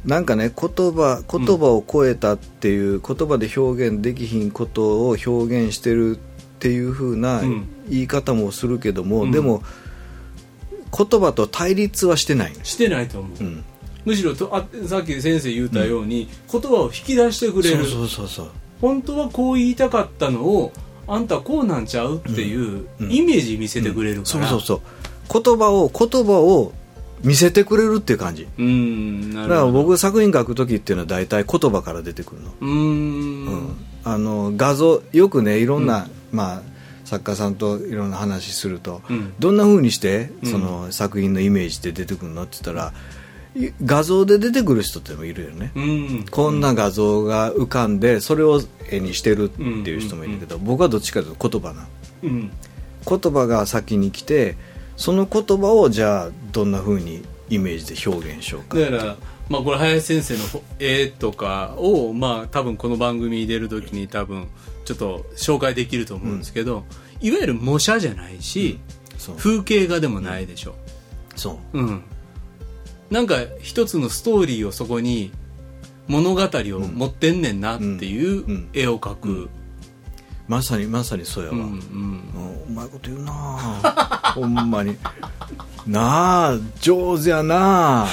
F: なんかね言葉言葉を超えたっていう、言葉で表現できひんことを表現してるっていう風な
E: うん
F: 言い方もするけども、
E: うん
F: でも言葉と対立はしてないね
E: してないと思う、
F: うん、
E: むしろとあさっき先生言ったように、言葉を引き出してくれ
F: そう
E: る
F: そうそうそう
E: 本当はこう言いたかったのをあんたこうなんちゃうっていうイメージ見せてくれるか
F: そう
E: ら
F: そうそう言葉を言葉を見せてくれるっていう感じ
E: ううんな
F: だ
E: る
F: か
E: ほ
F: ら
E: ど
F: 僕作品書く時っていうのは大体言葉から出てくるの,、
E: うーん
F: うんあの画像よくねいろんな、まあ、作家さんといろんな話すると、
E: うん
F: どんな風にしてその作品のイメージって出てくるのって言ったらい画像で出てくる人ってもいるよね、
E: うん
F: こんな画像が浮かんでそれを絵にしてるっていう人もいるけど、僕はどっちかというと言葉なの
E: うん
F: 言葉が先に来てその言葉をじゃあどんな風にイメージで表現しようか、
E: だから、まあ、これ林先生のほ絵とかを、まあ、多分この番組に出るときに多分ちょっと紹介できると思うんですけど、いわゆる模写じゃないし、
F: そう
E: 風景画でもないでしょ、
F: そう
E: うん、なんか一つのストーリーをそこに物語を持ってんねんなって
F: うんう
E: いうん絵を描く、
F: まさにまさにそうやわ、
E: う
F: うん
E: うんん
F: うまいこと言うな あほんまになあ上手やな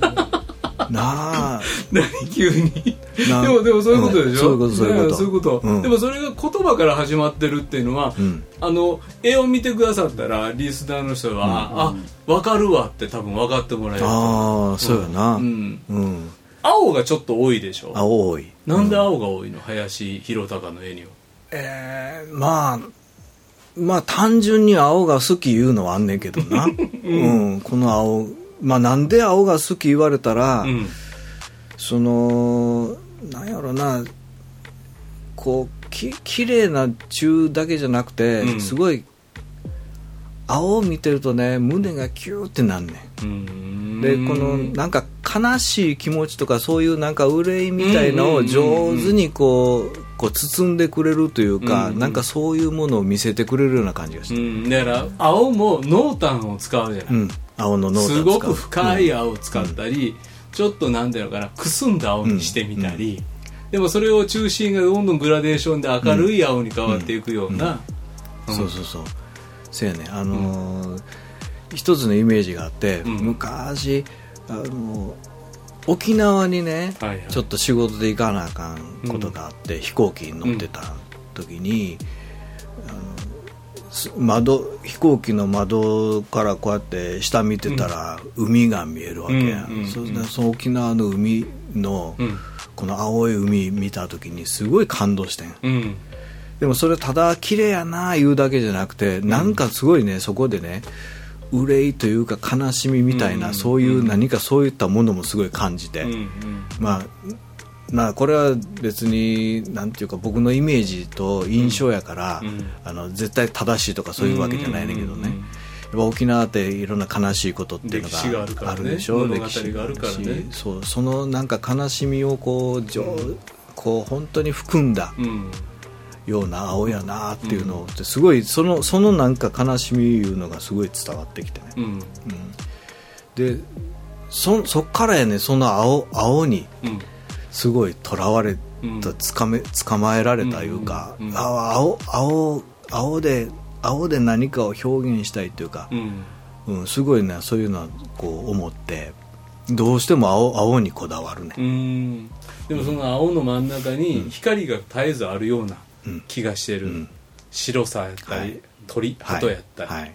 F: あなあ
E: 何急に
F: な
E: でもでもそういうことでしょ、
F: うんそういうこと
E: ね
F: そういうことうん
E: でもそれが言葉から始まってるっていうのは、
F: ん
E: あの絵を見てくださったらリスナーの人は、あ分かるわって多分分かってもらえる
F: ああそうやな
E: う
F: うん、
E: ん、青がちょっと多いでしょ
F: 青多い
E: なんで青が多いの林弘隆の絵には
F: えーまあまあ単純に青が好き言うのはあんねんけどな、 うんこの青まあなんで青が好き言われたら、
E: うん
F: そのなんやろなこうき綺麗な中だけじゃなくて、
E: うん
F: すごい青を見てるとね胸がキューってなんねん
E: うん
F: でこのなんか悲しい気持ちとかそういうなんか憂いみたいのを上手にこうこう包んでくれるというか、
E: うん
F: なんかそういうものを見せてくれるような感じがし
E: う
F: て、
E: んだから青も濃淡を使うじゃない、
F: うん青の濃淡を使
E: す
F: う
E: ごく深い青を使ったり、ちょっとなんていうのかなくすんだ青にしてみたり、でもそれを中心がどんどんグラデーションで明るい青に変わっていくような、
F: うんそうそうそうそうやねあのー一つのイメージがあって、
E: ん
F: 昔あの沖縄にね、
E: はいはい
F: ちょっと仕事で行かなあかんことがあって、飛行機に乗ってた時に、あのす窓飛行機の窓からこうやって下見てたら、海が見えるわけや、
E: うんうんうん
F: そでその沖縄の海の、
E: うん
F: この青い海見た時にすごい感動してん、
E: うん
F: でもそれただ綺麗やな言うだけじゃなくてなんかすごいねそこでね憂いというか悲しみみたいな、
E: うん
F: そういう何かそういったものもすごい感じて、
E: うんうん
F: まあまあこれは別になんていうか僕のイメージと印象やから、
E: ん
F: あの絶対正しいとかそういうわけじゃないんだけどね、
E: うんうんうん
F: やっぱ沖縄っていろんな悲しいことっていうの
E: 歴史があるか
F: が
E: ら
F: あ
E: ね
F: るでしょ、
E: 物語
F: 歴史
E: があるからね
F: しそうそのなんか悲しみをこうじょこう本当に含んだ
E: うん
F: ような青やなっていうのってすごいそのそのなんか悲しみいうのがすごい伝わってきてね
E: うん
F: でそそっからやねその青青に
E: うん
F: すごいとらわれ
E: うん
F: たつかめ捕まえられたいうか、
E: うんうんうん
F: あ青青青で青で何かを表現したいというか
E: う、ん
F: うんすごいねそういうのはこう思ってどうしても青青にこだわるね、
E: うんでもその青の真ん中に光が絶えずあるような気がしてる、
F: ん
E: 白さやったり、
F: はい
E: 鳥
F: はい
E: 鳩やったり、
F: はい、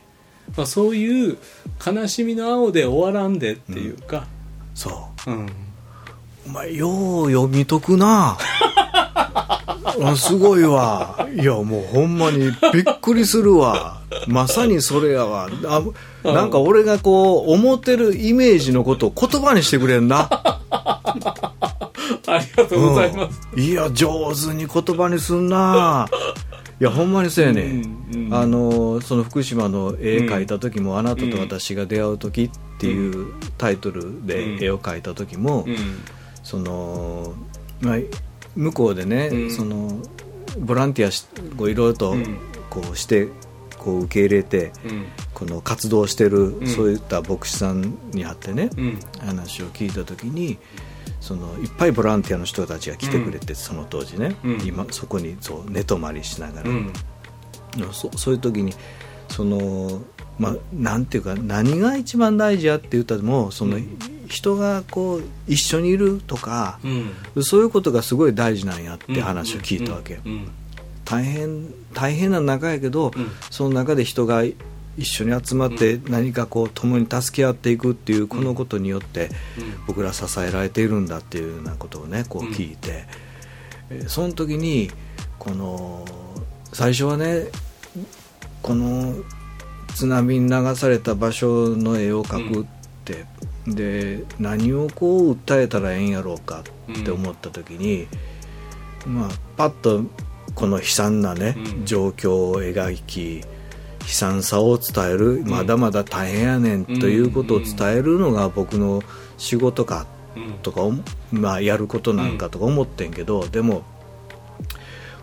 E: まあ、そういう悲しみの青で終わらんでっていうか、
F: そう
E: うん
F: お前よう読み解くなあすごいわいやもうほんまにびっくりするわまさにそれやわあなんか俺がこう思ってるイメージのことを言葉にしてくれんな、
E: ありがとうございます。
F: うんいや上手に言葉にすんないやほんまにそうやね、
E: うんうん
F: あのその福島の絵描いた時も「あなたと私が出会う時」っていうタイトルで絵を描いた時も、その、まあ、向こうでね、
E: うん
F: そのボランティアしこういろいろと
E: うん
F: こうして、こう受け入れて
E: うん
F: この活動してる、
E: ん
F: そういった牧師さんに会ってね、
E: うん
F: 話を聞いた時にそのいっぱいボランティアの人たちが来てくれて、その当時ね、
E: うん
F: 今そこにそう寝泊まりしながら、
E: うん
F: そそういう時にその、まあ、なんていうか何が一番大事やって言ったらもうその、人がこう一緒にいるとか、
E: うん
F: そういうことがすごい大事なんやって話を聞いたわけ、
E: うん
F: 大変大変な中やけど、
E: うん
F: その中で人が一緒に集まって何かこう共に助け合っていくっていうこのことによって
E: うん
F: 僕ら支えられているんだっていうようなことをねこう聞いて、えーその時にこの最初はねこの津波に流された場所の絵を描くって、で何をこう訴えたらええんやろうかって思った時に、まあ、パッとこの悲惨なね、
E: うん
F: 状況を描き悲悲惨さを伝えるまだまだ大変やねんということを伝えるのが僕の仕事かとか思まあ、やることなんかとか思ってんけどでも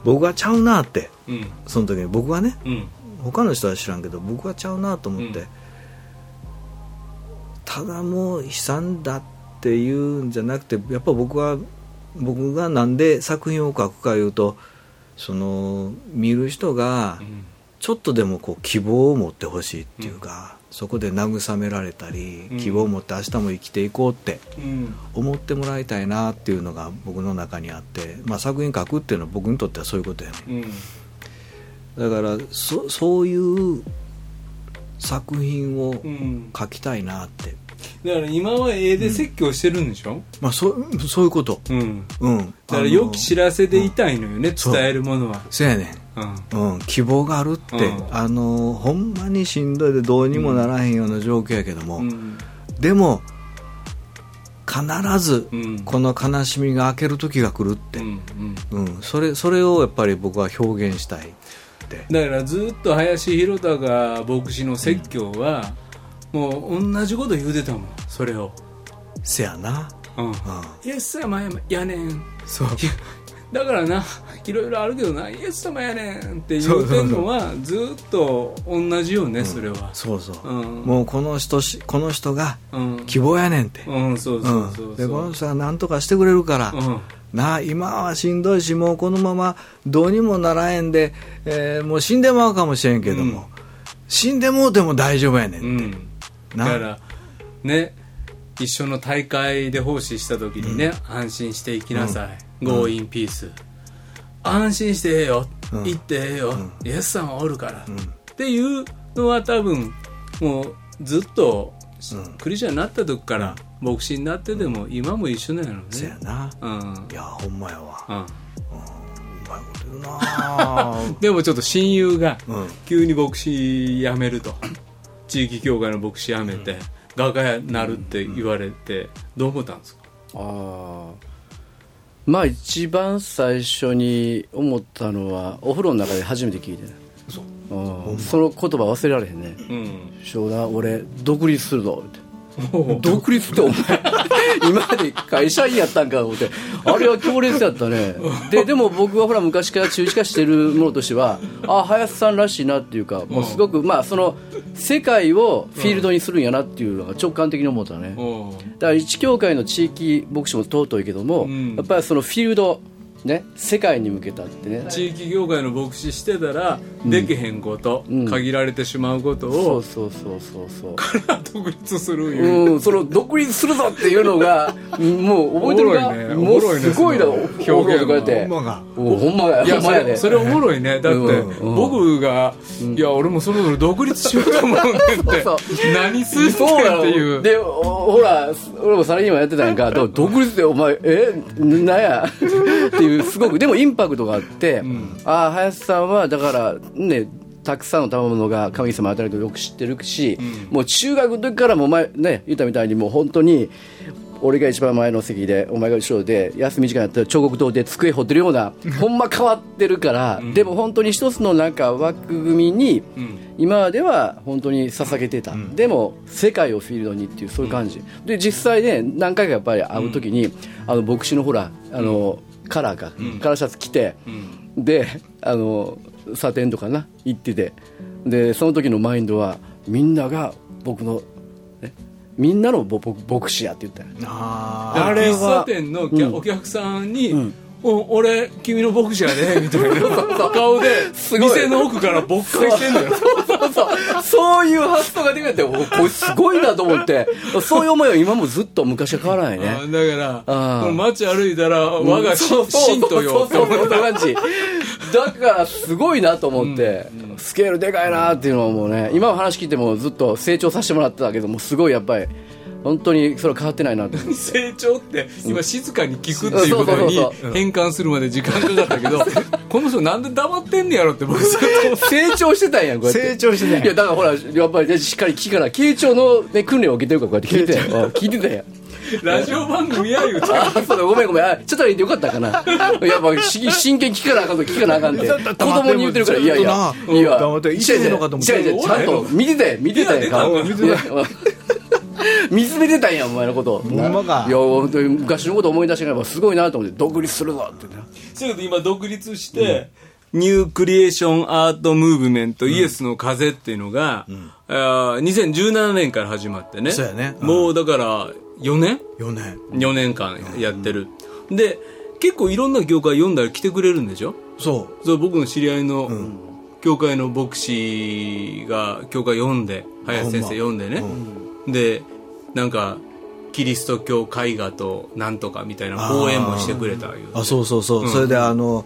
F: 僕はちゃうなって
E: うん
F: その時に僕はね
E: うん
F: 他の人は知らんけど僕はちゃうなと思って、
E: うん
F: ただもう悲惨だっていうんじゃなくてやっぱ僕は僕がなんで作品を書くかいうとその見る人が
E: うん
F: ちょっとでもこう希望を持ってほしいっていうか、そこで慰められたり、
E: うん
F: 希望を持って明日も生きていこうって
E: うん
F: 思ってもらいたいなっていうのが僕の中にあって、まあ、作品書くっていうのは僕にとってはそういうことやね
E: うん
F: だからそそういう作品を
E: うん
F: 書きたいなって、
E: だから今は絵で説教してるんでしょ
F: まあ、そそういうこと、
E: うん
F: うん、
E: だか
F: あ
E: ら
F: の
E: 良き知らせでいたいのよね
F: そう
E: 伝えるものは
F: せやね
E: うん
F: ん、うん、希望があるって、
E: うん
F: あのほんまにしんどいでどうにもならへんような状況やけども、
E: うん
F: でも必ず
E: うん
F: この悲しみが明ける時が来るっ
E: う
F: て、
E: んうん
F: うんそれそれをやっぱり僕は表現したいって、
E: だからずっと林弘隆牧師の説教は、もう同じこと言うてたもんそれを
F: せやな、
E: うん
F: うん、
E: イエス様ややねん
F: そう
E: いやだからないろいろあるけどなイエス様やねんって言うてんのはずっと同じよねそれは
F: そうそう、
E: うん
F: もうこの人しこの人が
E: うん
F: 希望やねんって、
E: うんそうそうそううんそ
F: で
E: う
F: この人は何とかしてくれるから、
E: うん
F: なあ今はしんどいしもうこのままどうにもならへんで、えーもう死んでまうかもしれんけども、
E: うん
F: 死んでもうても大丈夫やねんって、
E: うんだ
F: な
E: からね一緒の大会で奉仕した時にね、安心していきなさい、ゴーインピース安心してええよ、
F: うん
E: 行ってええよ、イエスさんはおるから、っていうのは多分もうずっと、クリスチャンになった時から牧師になってでも、今も一緒なの
F: せや
E: ね
F: な
E: うん、
F: いやほんまやわ
E: うん
F: うまいこと言うなあ
E: でもちょっと親友が
F: うん
E: 急に牧師辞めると地域協会の牧師辞めて、画家になるって言われてどう思ったんですか
A: ああまあ一番最初に思ったのはお風呂の中で初めて聞いてねそその言葉忘れられへんね
E: うん、
A: 湘南俺独立するぞって
E: も
A: 独立ってお前 今まで会社員やったんか思ってあれは強烈やったねででも僕はほら昔から中止化してるものとしてはあ林さんらしいなっていうかもうすごくまあその世界をフィールドにするんやなっていうのが直感的に思ったね
E: うおう
A: だから一教会の地域牧師も尊いけども、
E: ん
A: やっぱりそのフィールドね世界に向けたってね
E: 地域業界の牧師してたらできへんこと、
A: ん
E: 限られてしまうこと
A: そう
E: を、
A: そうそうそうそう
E: 独立するいう、
A: うん、その独立するぞっていうの がもう覚えてるか
E: おもろいね
A: も
E: おも
A: う
E: ろいね
A: すごいな
E: その
A: 表
E: 表現
A: 現とかやって
F: ほんまが
A: おほんまや
E: いや
A: ほん
E: そ
A: まや
E: れ
A: で
E: それおもろいねだって、
A: うん
E: 僕が、いや俺もそろそろ独立しようと思うねんっ て
A: そう
E: 何すんねん
A: そうな
E: っ
A: の
E: ていう
A: でおほら俺もサラリーマンやってたやん かど独立でお前えなんやっていうすごくでもインパクトがあって、ああ林さんはだからねたくさんの賜物が神様与えるとよく知ってるし、もう中学の時からもうお前ね言ったみたいにもう本当に俺が一番前の席でお前が後ろで休み時間やったら彫刻刀で机掘ってるようなほんま変わってるから、でも本当に一つのなんか枠組みに今までは本当に捧げてた、でも世界をフィールドにっていうそういう感じ、で実際ね何回かやっぱり会う時に、あの牧師のほらあの、カラーか、カラーシャツ着て、であのサテンとかな行っててでその時のマインドはみんなが僕の、ねみんなのぼぼ牧師やって言ったよ
F: あ
E: あ
A: れは
E: 喫茶店のきゃお客さんに、お俺君の牧師や でみたいな顔で
A: ごい
E: 店の奥からぼっかりしてんのよ
A: そうそうそういう発想ができなくておこれすごいなと思ってそういう思いは今もずっと昔から変わらない
E: あ
A: ね
E: だから
A: あー
E: この街歩いたら
A: うん
E: 我がし
A: そうそう
E: 信徒
A: そ
E: よ
A: うそうそうそう感じだからすごいなと思って、スケールでかいなっていうのはもうね今の話聞いてもずっと成長させてもらってたけどもうすごいやっぱり本当にそれは変わってないなと思って
E: 成長って今静かに聞くっていうことに
A: そうそうそうそう
E: 変換するまで時間かかったけど この人なんで黙ってんねやろって僕ずっと
A: 成長してたんやんこうやって
G: 成長してたんや
A: いや だからほらやっぱりねしっかり聞かな傾聴の、ね、訓練を受けてるからこうやって聞いてたんやうん聞いてたんや
E: ラジオ番組や言うて
A: あそうだごめんごめんあちょっとよかったかな やっぱし真剣聞かなあかんと聞かなあかんって子供に言ってるからいやいや
F: ずっと
A: いや
F: 黙って
A: 違う違う
F: いいのかと思った
A: 違う違うちゃんと見てたよ見てたやんか
E: 見
A: いや 見つめてたんやお前のことほ
F: んまか
A: いや本当に昔のこと思い出しながらすごいなと思って独立するぞってな
E: そういうこと今独立して、ニュークリエーションアートムーブメント、イエスの風っていうのが、あー2017年から始まってね
F: そうやねうん
E: もうだから4年
F: 4年
E: ?4 年間やってる、で結構いろんな業界読んだら来てくれるんでしょ
F: そ
E: そう僕の知り合いの、教会の牧師が教会読んで林先生読んでね、でなんかキリスト教絵画となんとかみたいな講演もしてくれたいう
F: うあそうそうそう、それであの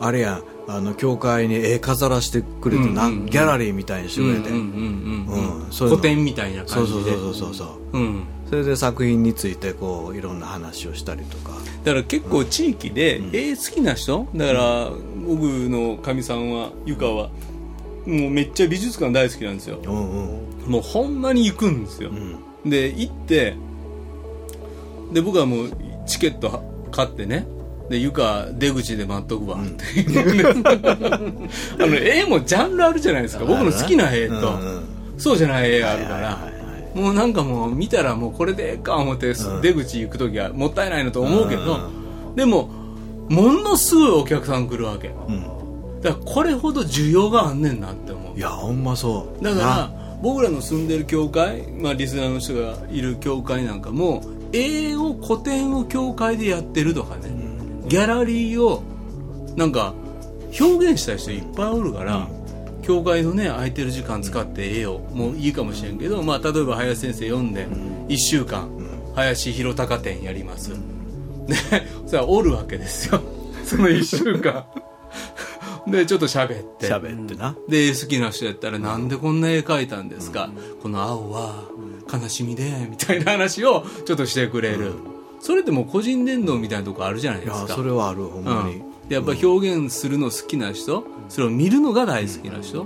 F: あれやんあの教会に絵飾らしてくれて、なんギャラリーみたいにしてくれて、
E: うんうんうんうん
F: うんそういうの
E: 古典みたいな
F: そ
E: 感
F: うそう
E: じ
F: そ
E: で
F: うそうそう
E: うん
F: それで作品についてこういろんな話をしたりとか
E: だから結構地域で絵好きな人だから僕のかみさんはゆかはもうめっちゃ美術館大好きなんですよ
F: うんうん
E: もうほんまに行くんですよ
F: うん
E: で行ってで僕はもうチケットは買ってねでゆか出口で待っとくわって言うんです、あの絵もジャンルあるじゃない ですか僕の好きな絵と、
F: うんうん
E: そうじゃない絵あるから、
F: はいはいはい
E: もうなんかもう見たらもうこれでええか思って、出口行く時はもったいないなと思うけど、でもものすごいお客さん来るわけだからこれほど需要があんねんなって思
F: いやほんまそう
E: うだか
F: な
E: ら僕らの住んでる教会、まあ、リスナーの人がいる教会なんかも絵を古典を教会でやってるとかね、ギャラリーをなんか表現したい人いっぱいおるから、教会のね空いてる時間使って絵をもういいかもしれんけど、まあ、例えば林先生読んで1週間林弘隆展やります、でそれはおるわけです よその1週間でちょっと喋って
F: 喋ってな
E: で好きな人やったら「なんでこんな絵描いたんですか、この青は悲しみで」みたいな話をちょっとしてくれる、それってもう個人伝道みたいなとこあるじゃない
F: い
E: ですか
F: やそれはあるほんまに
E: でやっぱ表現するの好きな人、それを見るのが大好きな人、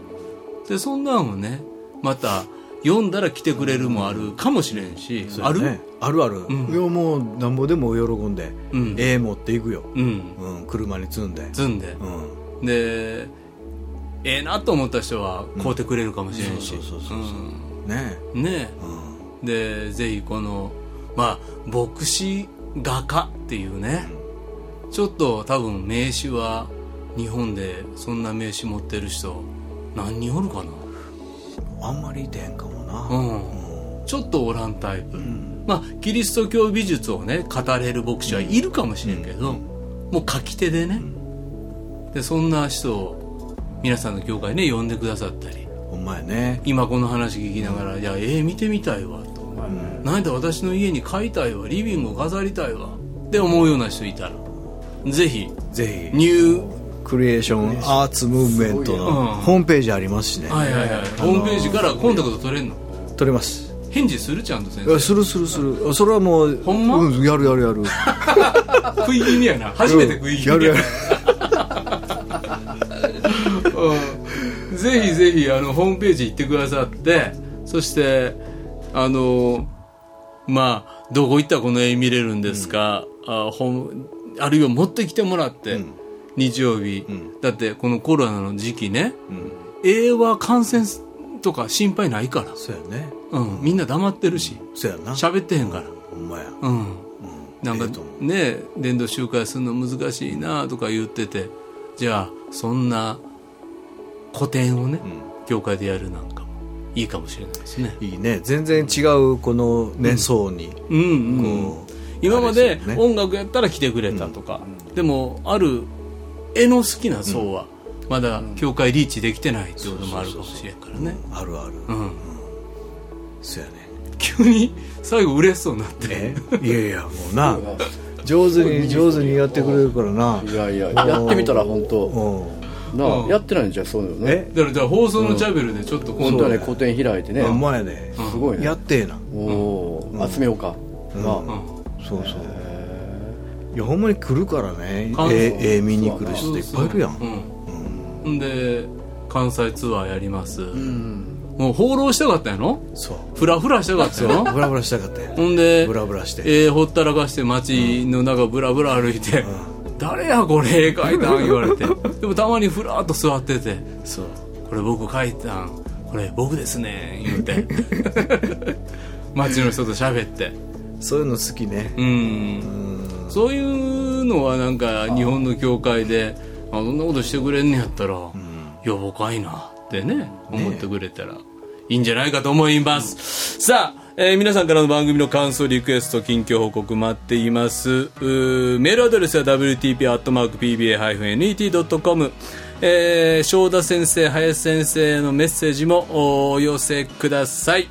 E: でそんなんをねまた読んだら来てくれるもあるかもしれんし、
F: そう
E: あ
F: や
E: る、
F: ねあるある
E: ん
F: いやもうなんぼでも喜んで
E: うん
F: 絵持っていくよ
E: うん
F: うん車に積んで
E: 積んで、
F: うん
E: でええなと思った人は買うてくれるかもしれんし
F: うんそうそうそうそう
E: うん
F: ねえ
E: ね
F: うん
E: でぜひこのまあ牧師画家っていうね、ちょっと多分名詞は日本でそんな名詞持ってる人何人おるかな
F: あんまりいてへんかも
E: う、
F: なん
E: ちょっとおらんタイプ、まあキリスト教美術をね語れる牧師はいるかもしれんけど、もう書き手でね、でそんな人を皆さんの教会ね呼んでくださったり
F: ほんまやね
E: 今この話聞きながら「いや絵見てみたいわ」と「なんだ私の家に買いたいわリビングを飾りたいわ」って思うような人いたらぜひ
F: ぜひ
E: ニュー
F: クリエーションアーツムーブメント
E: うん
F: のホームページありますしね
E: はいはいはいホームページからコンタクト取れんの
F: 撮れます
E: 返事するちゃんと先
F: いや
E: 生
F: するするするそれはもう
E: ほんま
F: うん、やるやる やる
E: 食い気味やな初めて食い気
F: や
E: 味
F: るや
E: や
F: る
E: うんぜひぜひあのホームページ行ってくださってそしてあのまあどこ行ったらこの絵見れるんですか、あホームあるいは持ってきてもらって、日曜日、だってこのコロナの時期ね、絵は感染とか心配ないから、
F: そうやね
E: うん、みんな黙ってるし
F: そうやな
E: 喋ってへんから
F: ほんまや
E: うん、なんか
F: ええと思
E: ね伝道集会するの難しいなとか言っててじゃあそんな古典をね、教会でやるなんかもいいかもしれないですね
F: いいね全然違うこのね、層に
E: うんうん
F: こ
E: 今まで
F: あれですよね
E: 音楽やったら来てくれたとか、でもある絵の好きな層はまだ教会リーチできてないってこともあるかもしれんからね
F: う、あるある、
E: うん、
F: そうやね
E: 急に最後嬉しそうになって
F: えいやいやもう な上手に上手にやってくれるからない
A: やいややってみたら本
F: う
A: 当
F: ん
A: なあ
E: うん
A: やってないんじゃそうだよね
F: え
E: だからじゃあ放送のチャベルでちょっと今
A: 本
E: 度
A: 当
E: は
A: は
E: ね
A: ね個展開いてね
F: ほんまやね
A: すごいね
F: やってえな
A: おお集めようかなあ
F: そうそういやほんまに来るからね
E: 感想
F: ええ見に来る人っていっぱいいるやん
E: うん、んで関西ツアーやります、もう放浪したかったんやろ
F: そう
E: フラフラしたかったんやろ
F: ブラブラしたかったよ
E: ほんで
F: ブラブラして
E: えーほったらかして街の中ブラブラ歩いて、誰やこれ絵描いたん言われ てでもたまにふらっと座ってて
F: そう
E: これ僕描いたんこれ僕ですね言 うて街の人と喋って
F: そういうの好きね
E: うんそういうのはなんか日本の教会であそんなことしてくれんねやったら、やばかいなってね思ってくれたらいいんじゃないかと思います、さあ、えー皆さんからの番組の感想リクエスト近況報告待っていますうーメールアドレスは wtp.pba-net.com えー、正田先生林先生のメッセージもおお寄せください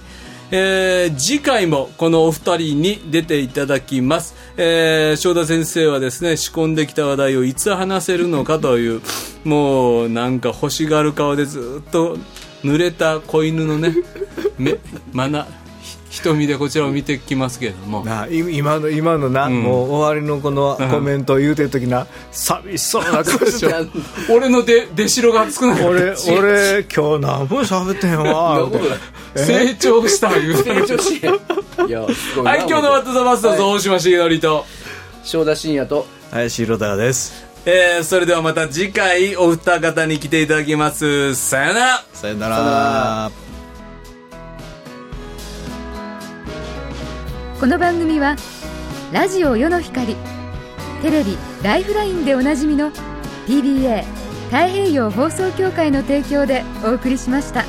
E: えー次回もこのお二人に出ていただきます、えー、正田先生はですね仕込んできた話題をいつ話せるのかというもうなんか欲しがる顔でずっと濡れた子犬のね 目まなひ瞳でこちらを見てきますけれども
G: なあい今の今のな、もう終わりのこのコメントを言うてる時な、寂しそうな顔 してた
E: 俺の出出しろが少なかっ
G: 俺
E: たち
G: 俺今日何も喋ってへんわみたいな
E: 成長したいう
A: 成長しいやすごいな
E: はい今日の「ワット・ザ・バスターズ」大島茂則と。
A: 正田信也と
F: 林弘高です
E: えーそれではまた次回お二方に来ていただきますさよなら
F: さよなら
H: この番組はラジオ世の光テレビ「ライフライン」でおなじみの PBA 太平洋放送協会の提供でお送りしました。